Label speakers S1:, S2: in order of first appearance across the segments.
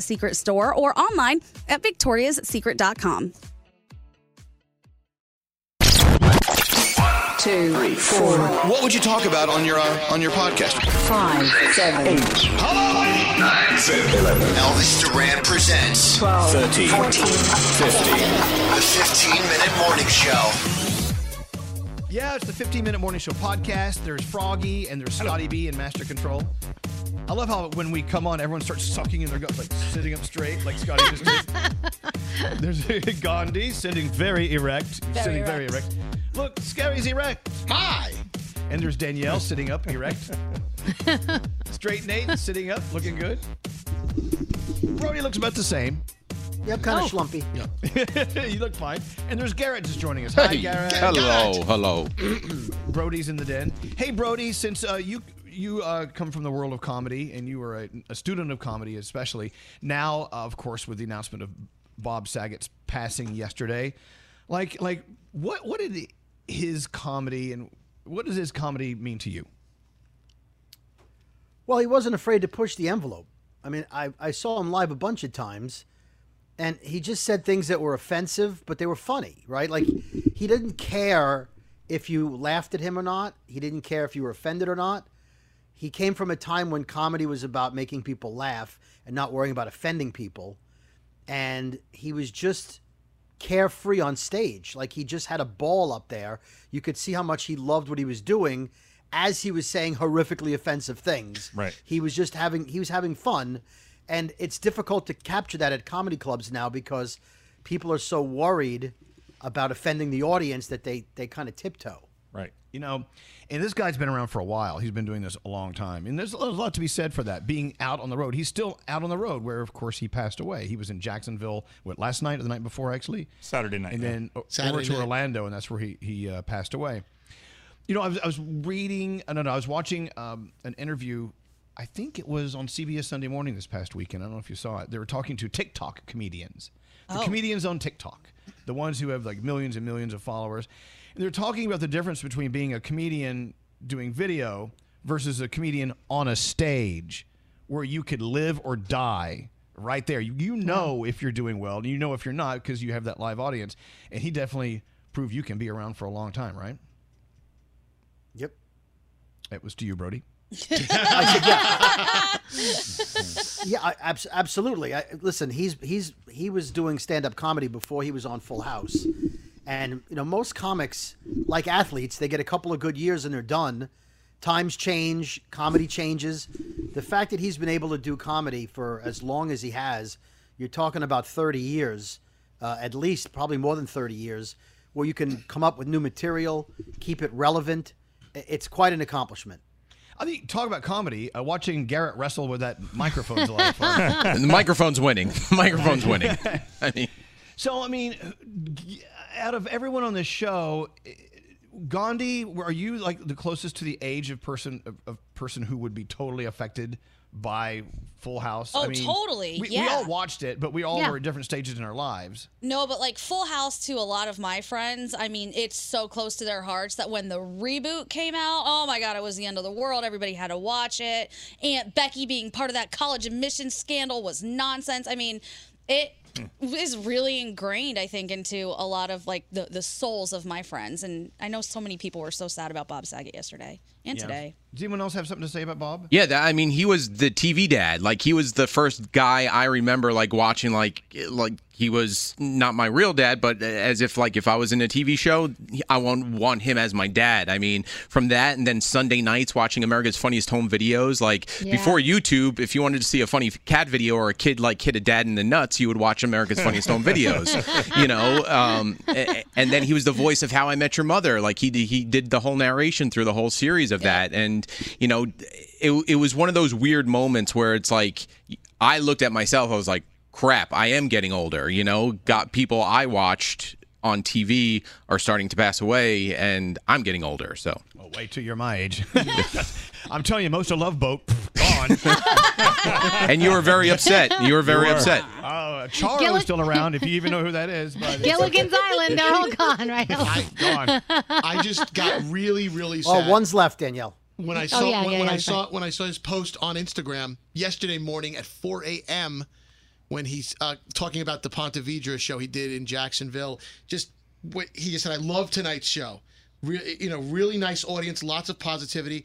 S1: Secret store or online at victoriassecret.com.
S2: two, four,
S3: What would you talk about on your uh, on your podcast?
S2: five, seven,
S3: Elvis Duran presents
S2: 12,
S4: 13, 15.
S3: the 15 minute morning show. Yeah, it's the 15 minute morning show podcast. There's Froggy and there's Scotty B and Master Control. I love how when we come on, everyone starts sucking in their guts, like sitting up straight, like Scotty just did. There's Gandhi sitting very erect, sitting very erect. Look, Scary's erect. Hi. And there's Danielle sitting up erect. Straight Nate sitting up, looking good. Brody looks about the same.
S5: Yep,
S2: Oh.
S5: kind of slumpy.
S3: you look fine. And there's Garrett just joining us. Hi, Garrett.
S6: hello, hello.
S3: Brody's in the den. Hey, Brody, since uh, you you uh, come from the world of comedy and you were a, a student of comedy, especially now, uh, of course, with the announcement of Bob Saget's passing yesterday, like like what what did his comedy and what does his comedy mean to you?
S5: Well, he wasn't afraid to push the envelope. I mean, I, I saw him live a bunch of times, and he just said things that were offensive, but they were funny, right? Like, he didn't care if you laughed at him or not, he didn't care if you were offended or not. He came from a time when comedy was about making people laugh and not worrying about offending people. And he was just carefree on stage. Like he just had a ball up there. You could see how much he loved what he was doing as he was saying horrifically offensive things.
S6: Right.
S5: He was just having he was having fun. And it's difficult to capture that at comedy clubs now because people are so worried about offending the audience that they they kind of tiptoe.
S6: Right.
S3: You know, and this guy's been around for a while. He's been doing this a long time. And there's a lot to be said for that, being out on the road. He's still out on the road, where, of course, he passed away. He was in Jacksonville, what, last night or the night before, actually?
S6: Saturday night,
S3: And
S6: yeah.
S3: then o-
S7: Saturday
S3: over to
S7: night.
S3: Orlando, and that's where he, he uh, passed away. You know, I was, I was reading, uh, no, no, I was watching um, an interview. I think it was on CBS Sunday Morning this past weekend. I don't know if you saw it. They were talking to TikTok comedians, the comedians on TikTok, the ones who have like millions and millions of followers. And they're talking about the difference between being a comedian doing video versus a comedian on a stage where you could live or die right there. You, you know if you're doing well and you know if you're not because you have that live audience. And he definitely proved you can be around for a long time, right?
S5: Yep.
S3: It was to you, Brody.
S5: Yeah, I, abs- absolutely. I, listen, he's he's he was doing stand up comedy before he was on Full House, and you know most comics, like athletes, they get a couple of good years and they're done. Times change, comedy changes. The fact that he's been able to do comedy for as long as he has, you're talking about 30 years, uh, at least, probably more than 30 years, where you can come up with new material, keep it relevant. I- It's quite an accomplishment.
S3: I think talk about comedy. Uh, watching Garrett wrestle with that microphone's a lot of fun.
S6: the microphone's winning. The microphone's winning. I mean,
S3: So I mean, uh, out of everyone on this show, uh, Gandhi, are you like the closest to the age of person of, of person who would be totally affected by Full House?
S8: Oh, totally,
S3: We, we
S8: yeah.
S3: all watched it, but we all
S1: Yeah.
S3: were at different stages in our lives.
S8: No, but like Full House to a lot of my friends, I mean, it's so close to their hearts that when the reboot came out, oh my God, it was the end of the world. Everybody had to watch it. Aunt Becky being part of that college admissions scandal was nonsense. I mean, it
S6: Hmm.
S8: is really ingrained, I think, into a lot of like the, the souls of my friends. And I know so many people were so sad about Bob Saget yesterday and today.
S3: Does anyone else have something to say about Bob?
S6: yeah, that, I mean, he was the TV dad. Like, he was the first guy I remember, like, watching, like, like he was not my real dad, but as if, like, if I was in a TV show, I won't want him as my dad. I mean, from that and then Sunday nights watching America's Funniest Home Videos, like, before YouTube, if you wanted to see a funny cat video or a kid, like, hit a dad in the nuts, you would watch America's Funniest Home Videos, you know? Um, a- and then he was the voice of How I Met Your Mother. Like, he, he did the whole narration through the whole series of that. And, you know, it, it was one of those weird moments where it's like, I looked at myself. I was like, crap, I am getting older. You know, got people I watched on TV are starting to pass away, and I'm getting older. So
S3: Oh, wait till you're my age. I'm telling you, most of Love Boat pff, gone.
S6: and you were very upset. You were very
S3: You were.
S6: upset.
S3: Uh, Charo
S7: Gilli-
S3: is still around, if you even know who that is. But it's
S7: Gilligan's Island, they're all gone, right?
S3: gone.
S9: I just got really, really sad.
S5: Oh, one's left, Danielle.
S9: when I
S7: Oh,
S9: saw
S7: yeah,
S9: when,
S7: yeah,
S9: when
S7: yeah,
S9: I
S7: that's
S9: saw when I saw his post on Instagram yesterday morning at 4 a.m. when he's uh, talking about the Pontevedra show he did in Jacksonville. Just what he just said, I love tonight's show. Re- you know, really nice audience, lots of positivity.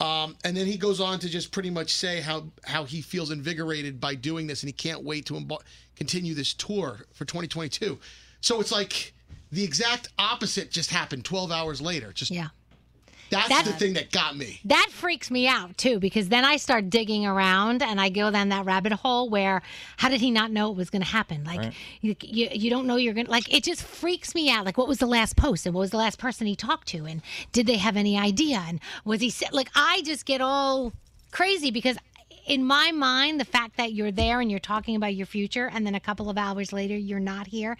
S9: Um, and then he goes on to just pretty much say how how he feels invigorated by doing this, and he can't wait to embar- continue this tour for 2022. So it's like the exact opposite just happened 12 hours later. Just
S7: Yeah.
S9: that's
S7: That-
S9: the thing that got me.
S7: that freaks me out too because then I start digging around and I go down that rabbit hole where how did he not know it was going to happen? Like you, you you don't know you're going to like it just freaks me out. Like what was the last post and what was the last person he talked to and did they have any idea and was he sa- like I just get all crazy because in my mind the fact that you're there and you're talking about your future and then a couple of hours later you're not here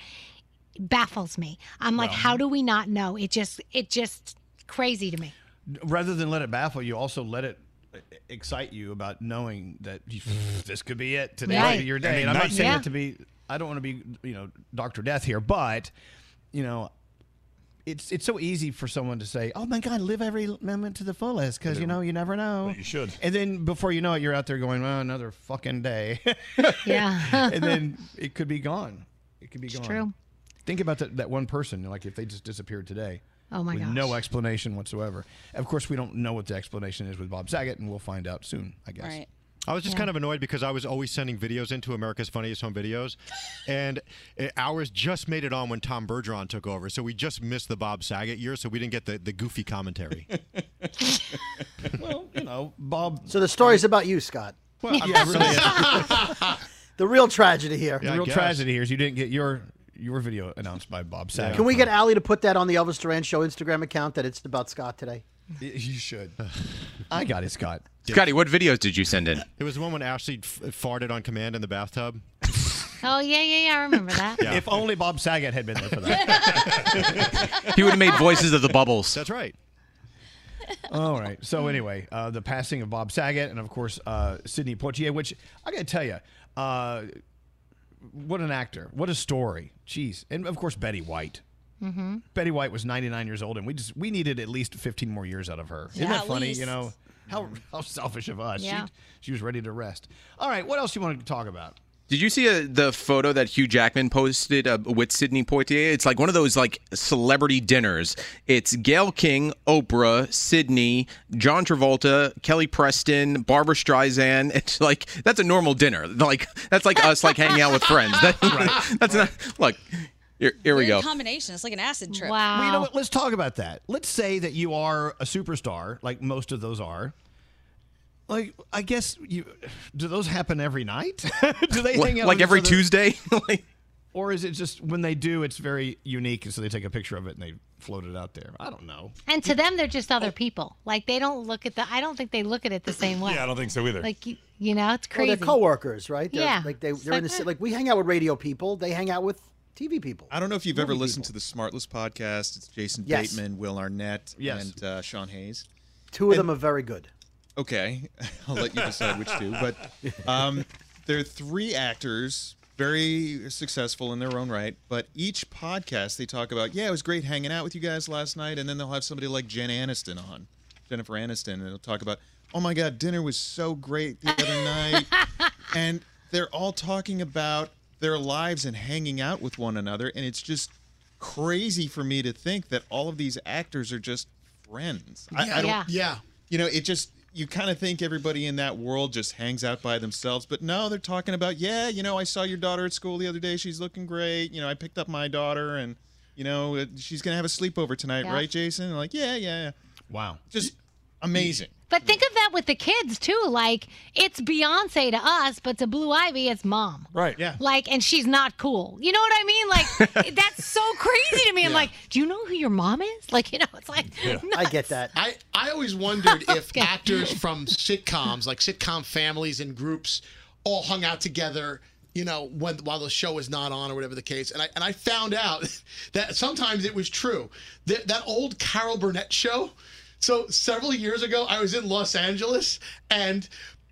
S7: baffles me. I'm like how do we not know? It just it just crazy to me.
S3: Rather than let it baffle you, also let it excite you about knowing that you, this could be it today,
S7: Right.
S3: could be your day. And I'm not
S10: Nice.
S3: saying
S7: Yeah.
S3: it to be. I don't want to be, you know, Doctor Death here, but you know. It's, it's so easy for someone to say, "Oh my God, live every moment to the fullest," because you know you never know.
S10: But you should.
S3: And then before you know it, you're out there going, "Well, another fucking day,"
S7: Yeah.
S3: and then it could be gone. It could be gone.
S7: True.
S3: Think about that, that one person. Like if they just disappeared today.
S7: Oh, my
S3: with
S7: gosh.
S3: No explanation whatsoever. Of course, we don't know what the explanation is with Bob Saget, and we'll find out soon. I guess.
S8: Right.
S10: I was just kind of annoyed because I was always sending videos into America's Funniest Home Videos, and uh, ours just made it on when Tom Bergeron took over. So we just missed the Bob Saget year, so we didn't get the, the goofy commentary.
S3: Well, you know, Bob.
S5: So the story's about you, Scott.
S3: Well, yeah, it really is.
S5: The real tragedy here.
S3: the
S10: I
S3: real
S10: guess.
S3: tragedy here is you didn't get your your video announced by Bob Saget.
S5: Can we get Allie to put that on the Elvis Duran Show Instagram account that it's about Scott today? Oh,
S3: You should. I got it, Scott.
S6: Scotty, what videos did you send in?
S10: it was the one when Ashley f- farted on command in the bathtub.
S7: Oh yeah, yeah, yeah. I remember that.
S10: Yeah.
S3: If only Bob Saget had been there for that.
S6: He would have made voices of the bubbles.
S10: That's right.
S3: All right. So anyway, uh, the passing of Bob Saget and of course uh, Sidney Poitier, which I got to tell you, uh, what an actor! What a story! Jeez, and of course Betty White.
S8: Mm-hmm.
S3: Betty White was 99 years old, and we just we needed at least 15 more years out of her. Isn't
S8: Yeah,
S3: that
S8: at
S3: funny?
S8: least.
S3: You know how how selfish of us.
S7: Yeah.
S3: She, she was ready to rest. All right. What else you want to talk about?
S6: Did you see uh the photo that Hugh Jackman posted uh, with Sidney Poitier? It's like one of those like celebrity dinners. It's Gail King, Oprah, Sidney, John Travolta, Kelly Preston, Barbara Streisand. It's like that's a normal dinner. Like that's like us like hanging out with friends. That, That's not look. Here, here we
S8: Weird
S6: go.
S8: combination. It's like an acid trip.
S7: Wow.
S6: Uh,
S3: Well, you know what? Let's talk about that. Let's say that you are a superstar, like most of those are. Like, I guess you do those happen every night? do they hang
S6: Like,
S3: out
S6: like
S3: with
S6: every
S3: each other?
S6: Tuesday. like,
S3: or is it just when they do? It's very unique, and so they take a picture of it and they float it out there. I don't know.
S7: And to them, they're just other people. Like they don't look at the. I don't think they look at it the same way.
S10: Yeah, I don't think so either.
S7: Like you, you know, it's
S5: Well,
S7: crazy.
S5: they're coworkers, right? They're,
S7: Yeah.
S5: Like they,
S7: It's
S5: they're in the
S7: like,
S5: si-
S7: eh.
S5: like we hang out with radio people. They hang out with TV people.
S11: I don't know if you've ever listened to the Smartless podcast. It's Jason
S5: Yes.
S11: Bateman, Will Arnett,
S3: Yes.
S11: and uh, Sean Hayes.
S5: Two of them are very good.
S11: Okay, I'll let you decide which two. But um, there are three actors, very successful in their own right. But each podcast they talk about, yeah, it was great hanging out with you guys last night, and then they'll have somebody like Jen Aniston on, Jennifer Aniston, and they'll talk about, oh my God, dinner was so great the other night, and they're all talking about their lives and hanging out with one another, and it's just crazy for me to think that all of these actors are just friends. I, I don't
S7: Yeah.
S9: Yeah.
S11: you know, it just you kind of think everybody in that world just hangs out by themselves, but no, they're talking about, yeah, you know, I saw your daughter at school the other day. She's looking great. You know, I picked up my daughter and you know, uh, she's going to have a sleepover tonight,
S7: Yeah.
S11: right, Jason? And like, yeah, yeah, yeah.
S3: Wow.
S11: Just amazing.
S7: But think of that with the kids too. Like it's Beyonce to us, but to Blue Ivy, it's mom.
S10: Right.
S11: Yeah.
S7: Like, and she's not cool. You know what I mean? Like that's so crazy to me. I'm like, do you know who your mom is? Like, you know, it's like
S5: I get that.
S9: I, I always wondered if actors from sitcoms, like sitcom families and groups, all hung out together, you know, when while the show is not on or whatever the case. And I and I found out that sometimes it was true. That that old Carol Burnett show. So several years ago, I was in Los Angeles and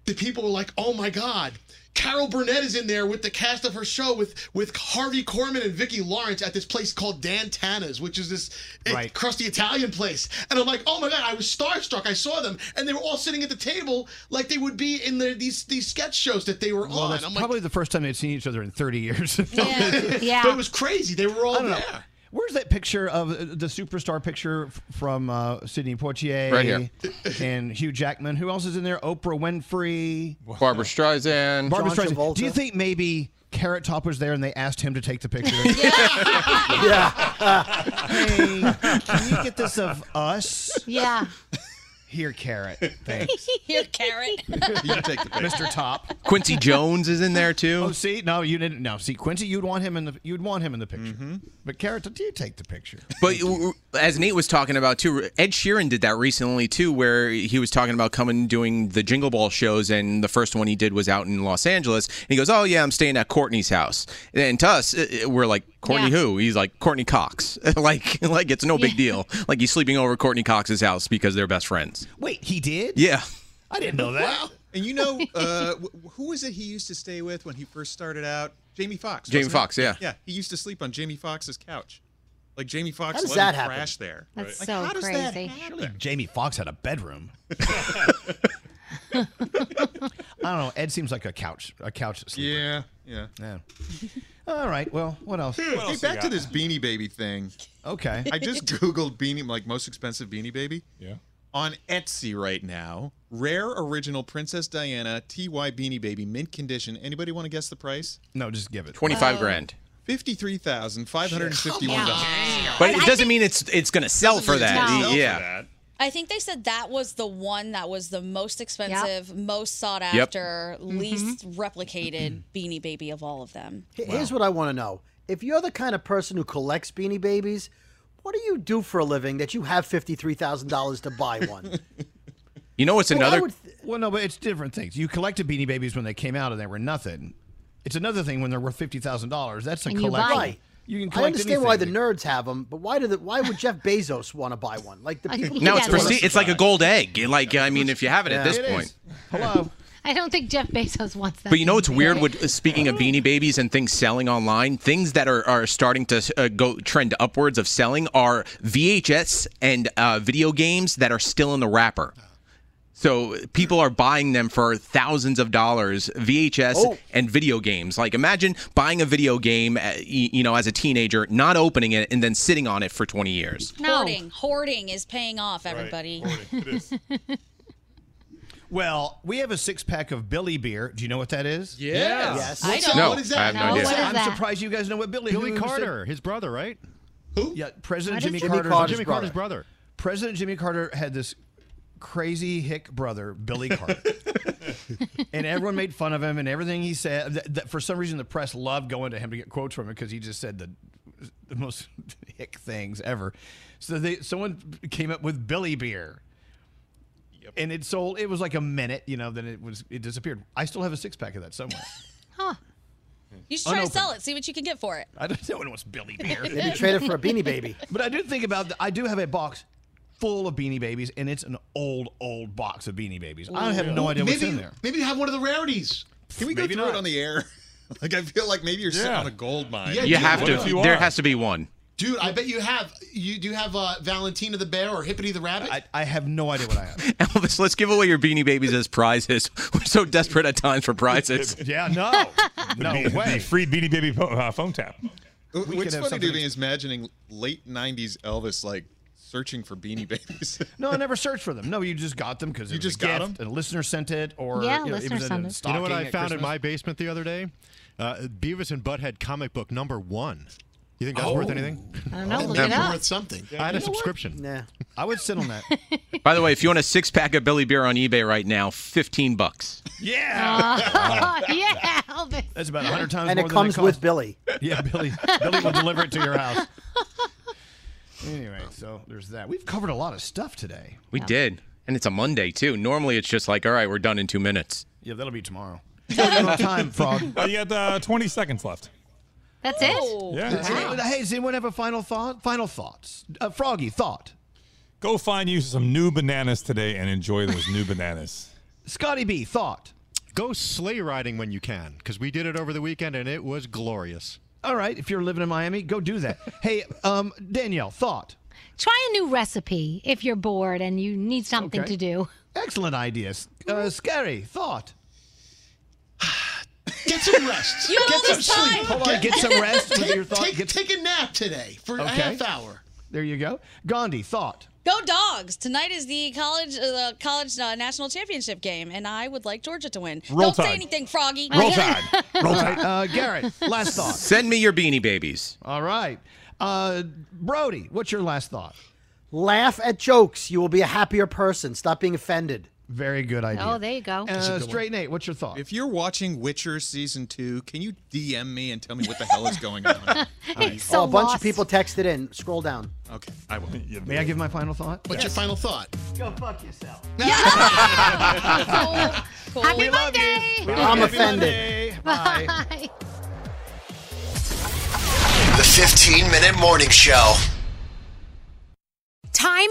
S9: the people were like, "Oh my God." Carol Burnett is in there with the cast of her show with with Harvey Korman and Vicki Lawrence at this place called Dan Tana's, which is this it- crusty Italian place. And I'm like, oh my god, I was starstruck. I saw them, and they were all sitting at the table like they would be in the, these these sketch shows that they were
S3: Well,
S9: on.
S3: that's
S9: I'm
S3: probably the first time they'd seen each other in 30 years.
S9: like, but it was crazy. They were all
S3: I
S9: there.
S3: don't know. Where's that picture of uh, the superstar picture f- from uh, Sidney Poitier
S6: Right here.
S3: and Hugh Jackman? Who else is in there? Oprah Winfrey,
S6: Barbara Streisand.
S3: Barbra Streisand. Do you think maybe Carrot Top was there and they asked him to take the picture?
S5: yeah.
S3: hey, can you get this of us?
S7: Yeah.
S3: Here, Carrot. Thanks.
S8: Here, carrot.
S3: Mr. Top.
S6: Quincy Jones is in there too.
S3: Oh, see, no, you didn't. No, see, Quincy, you'd want him in the you'd want him in the picture.
S11: Mm-hmm.
S3: But Carrot, do you take the picture?
S6: But as Nate was talking about too, Ed Sheeran did that recently too, where he was talking about coming doing the Jingle Ball shows, and the first one he did was out in Los Angeles, and he goes, "Oh yeah, I'm staying at Courtney's house." And to us, it- it- we're like, "Courtney
S7: Yeah.
S6: who?" He's like, "Courtney Cox." like, like it's no big deal. Like he's sleeping over at Courtney Cox's house because they're best friends.
S3: Wait, he did?
S6: Yeah.
S3: I didn't know that.
S11: Wow. And you know, uh, wh- who was it he used to stay with when he first started out? Jamie Foxx.
S6: Jamie
S11: wasn't it?
S6: Foxx, yeah.
S11: Yeah. He used to sleep on Jamie Foxx's couch. Like Jamie Foxx
S5: How does
S11: let
S5: that
S11: him
S5: happen?
S11: crash there.
S7: That's
S11: Like,
S7: so
S11: how does that
S7: crazy.
S11: happen?
S3: Surely Jamie Foxx had a bedroom. I don't know. Ed seems like a couch a couch sleeper.
S11: Yeah. Yeah.
S3: Yeah. All right. Well, what else?
S11: Hmm. Hey, back to this Beanie Baby thing.
S3: Okay.
S11: I just googled beanie like most expensive beanie baby. Yeah. On Etsy right now, rare original Princess Diana TY beanie baby mint condition. Anybody want to guess the price?
S3: No, just give it.
S6: Twenty-five grand.
S11: Fifty-three thousand five hundred fifty-one dollars.
S7: Yeah.
S6: But
S7: I
S6: it doesn't mean it's it's gonna sell for that.
S7: gonna sell for
S6: yeah.
S8: I think they said that was the one that was the most expensive, most sought
S6: Yep.
S8: after,
S9: Mm-hmm.
S8: least replicated Beanie Baby of all of them.
S5: H- Here's what I want to know. If you're the kind of person who collects beanie babies, what do you do for a living that you have $53,000 to buy one?
S6: You know what's another?
S5: I would th-
S3: Well, no, but it's different things. You collected Beanie Babies when they came out and they were nothing. It's another thing when they're worth fifty thousand dollars. That's a
S7: And you buy
S3: collection.
S5: right.
S3: You can
S5: I
S3: collect
S5: understand why the
S3: anything.
S5: nerds have them, but why do the, why would Jeff Bezos want to buy one? Like the people
S6: now
S7: Yeah,
S6: it's
S7: the worst
S6: presti- It's like a gold egg. Like I mean, if you have it at
S3: Yeah,
S6: this
S3: it is.
S6: point.
S3: Hello.
S7: I don't think Jeff Bezos wants that.
S6: But you know
S7: it's
S6: what's weird? With uh, speaking of Beanie Babies and things selling online, things that are, are starting to uh, go trend upwards of selling are VHS and uh, video games that are still in the wrapper. So people are buying them for thousands of dollars, VHS
S9: Oh.
S6: and video games. Like imagine buying a video game, uh, y- you know, as a teenager, not opening it and then sitting on it for 20 years.
S7: No.
S8: Hoarding, hoarding is paying off, everybody.
S3: Well, we have a six pack of Billy beer. Do you know what that is?
S9: Yeah.
S5: Yes.
S8: I don't.
S6: No,
S9: what is that?
S6: I have no,
S7: No,
S6: idea.
S7: what is
S3: I'm
S7: that?
S3: surprised you guys know what Billy.
S10: Billy
S3: who said-
S10: Carter, his brother, right?
S3: Yeah, President Jimmy,
S5: Jimmy
S3: Carter's-
S5: Carter's
S10: Jimmy Carter's brother.
S3: President Jimmy Carter had this crazy hick brother, Billy Carter. and everyone made fun of him and everything he said. Th- th- for some reason, the press loved going to him to get quotes from him because he just said the, the most hick things ever. So they someone came up with Billy Beer. And it sold. It was like a minute, you know. Then it was. It disappeared. I still have a six pack of that somewhere.
S8: You
S9: Oh,
S8: should try
S3: Unopened.
S8: to sell it, see what you can get for it.
S3: I don't know what wants Billy Beer.
S5: Maybe trade it for a beanie baby.
S3: But I do think about. The, I do have a box full of Beanie Babies, and it's an old, old box of Beanie Babies. I have no idea what's in
S9: Maybe
S3: there.
S9: maybe you have one of the rarities.
S11: Can we go
S3: Maybe
S11: through
S3: not.
S11: it on the air? like I feel like maybe you're sitting
S12: Yeah.
S11: on a gold mine.
S9: Yeah,
S6: You
S9: dude,
S6: have
S9: what
S6: to.
S9: if
S12: you
S6: there
S12: are?
S6: has to be one.
S9: Dude, I bet you have you do you have uh, Valentina the bear or Hippity the rabbit.
S3: I, I have no idea what I have.
S6: Elvis, let's give away your Beanie Babies as prizes. We're so desperate at times for prizes.
S3: yeah, no, no
S12: Be- be
S3: way.
S12: free Beanie Baby po- uh, phone tap.
S11: Wh- What's
S3: have
S11: funny to
S3: something-
S11: me is imagining late '90s Elvis like searching for Beanie Babies.
S3: No, I never searched for them. No, you just got them because
S11: You just got 'em?
S3: A listener sent it, or
S7: Yeah,
S3: you know, it
S7: listener
S3: was in
S7: sent it.
S10: You
S3: a
S10: know what
S3: stocking
S10: I
S3: at
S10: found in
S3: Christmas.
S10: my basement the other day? Uh, Beavis and Butthead comic book number one. You think that's worth
S3: Oh.
S10: anything?
S7: I don't know. Look
S9: That'd
S7: it
S9: be
S7: up.
S9: worth something.
S10: I had a subscription.
S5: Nah.
S3: I would sit on that.
S6: By the way, if you want a six pack of Billy Beer on eBay right now, 15 bucks.
S3: yeah,
S7: yeah, Elvis.
S3: that's about hundred times
S5: And
S3: more
S5: it
S3: than
S5: comes
S3: it
S5: with
S3: costs.
S5: Billy.
S3: Yeah, Billy. Billy will deliver it to your house. Anyway, so there's that. We've covered a lot of stuff today.
S6: We did. And it's a Monday, too. Normally, it's just like, all right, we're done in two minutes.
S3: Yeah, that'll be tomorrow. time, Frog.
S13: Uh, you got uh, 20 seconds left.
S9: That's Oh.
S13: it? Yeah.
S3: Does anyone- Hey, does anyone have a final thought? Final thoughts. Uh, Froggy, thought.
S13: Go find you some new bananas today and enjoy those new bananas.
S3: Scotty B, thought.
S14: Go sleigh riding when you can, because we did it over the weekend and it was glorious.
S3: All right, if you're living in Miami, go do that. hey, um, Danielle, thought.
S9: Try a new recipe if you're bored and you need something
S3: Okay.
S9: to do.
S3: Excellent ideas. Uh, scary thought.
S15: Get some rest.
S3: You have
S15: get
S3: all
S15: some
S3: this time.
S15: sleep.
S3: Hold on, get some rest with
S15: Take-
S3: your thought.
S15: Take,
S3: Get-
S15: take a nap today for a
S3: Okay.
S15: half hour.
S3: There you go. Gandhi thought.
S8: Go dogs! Tonight is the college uh, the college uh, national championship game, and I would like Georgia to win.
S6: Roll
S8: Don't
S6: Tide.
S8: say anything, Froggy.
S3: All right, uh, Garrett, last thought.
S6: Send me your beanie babies.
S3: All right. Uh, Brody, what's your last thought?
S5: Laugh at jokes. You will be a happier person. Stop being offended.
S3: Very good idea.
S9: Oh, there you go.
S3: Uh, straight Nate, what's your thought?
S11: If you're watching Witcher season two, can you DM me and tell me what the hell is going on?
S5: oh, a bunch of people texted in. Scroll down.
S11: Okay, I will.
S3: May I give my final thought?
S15: What's your final thought?
S5: Go fuck yourself.
S9: Happy Monday!
S5: I'm offended.
S9: Bye.
S10: The 15 Minute Morning Show.
S9: Time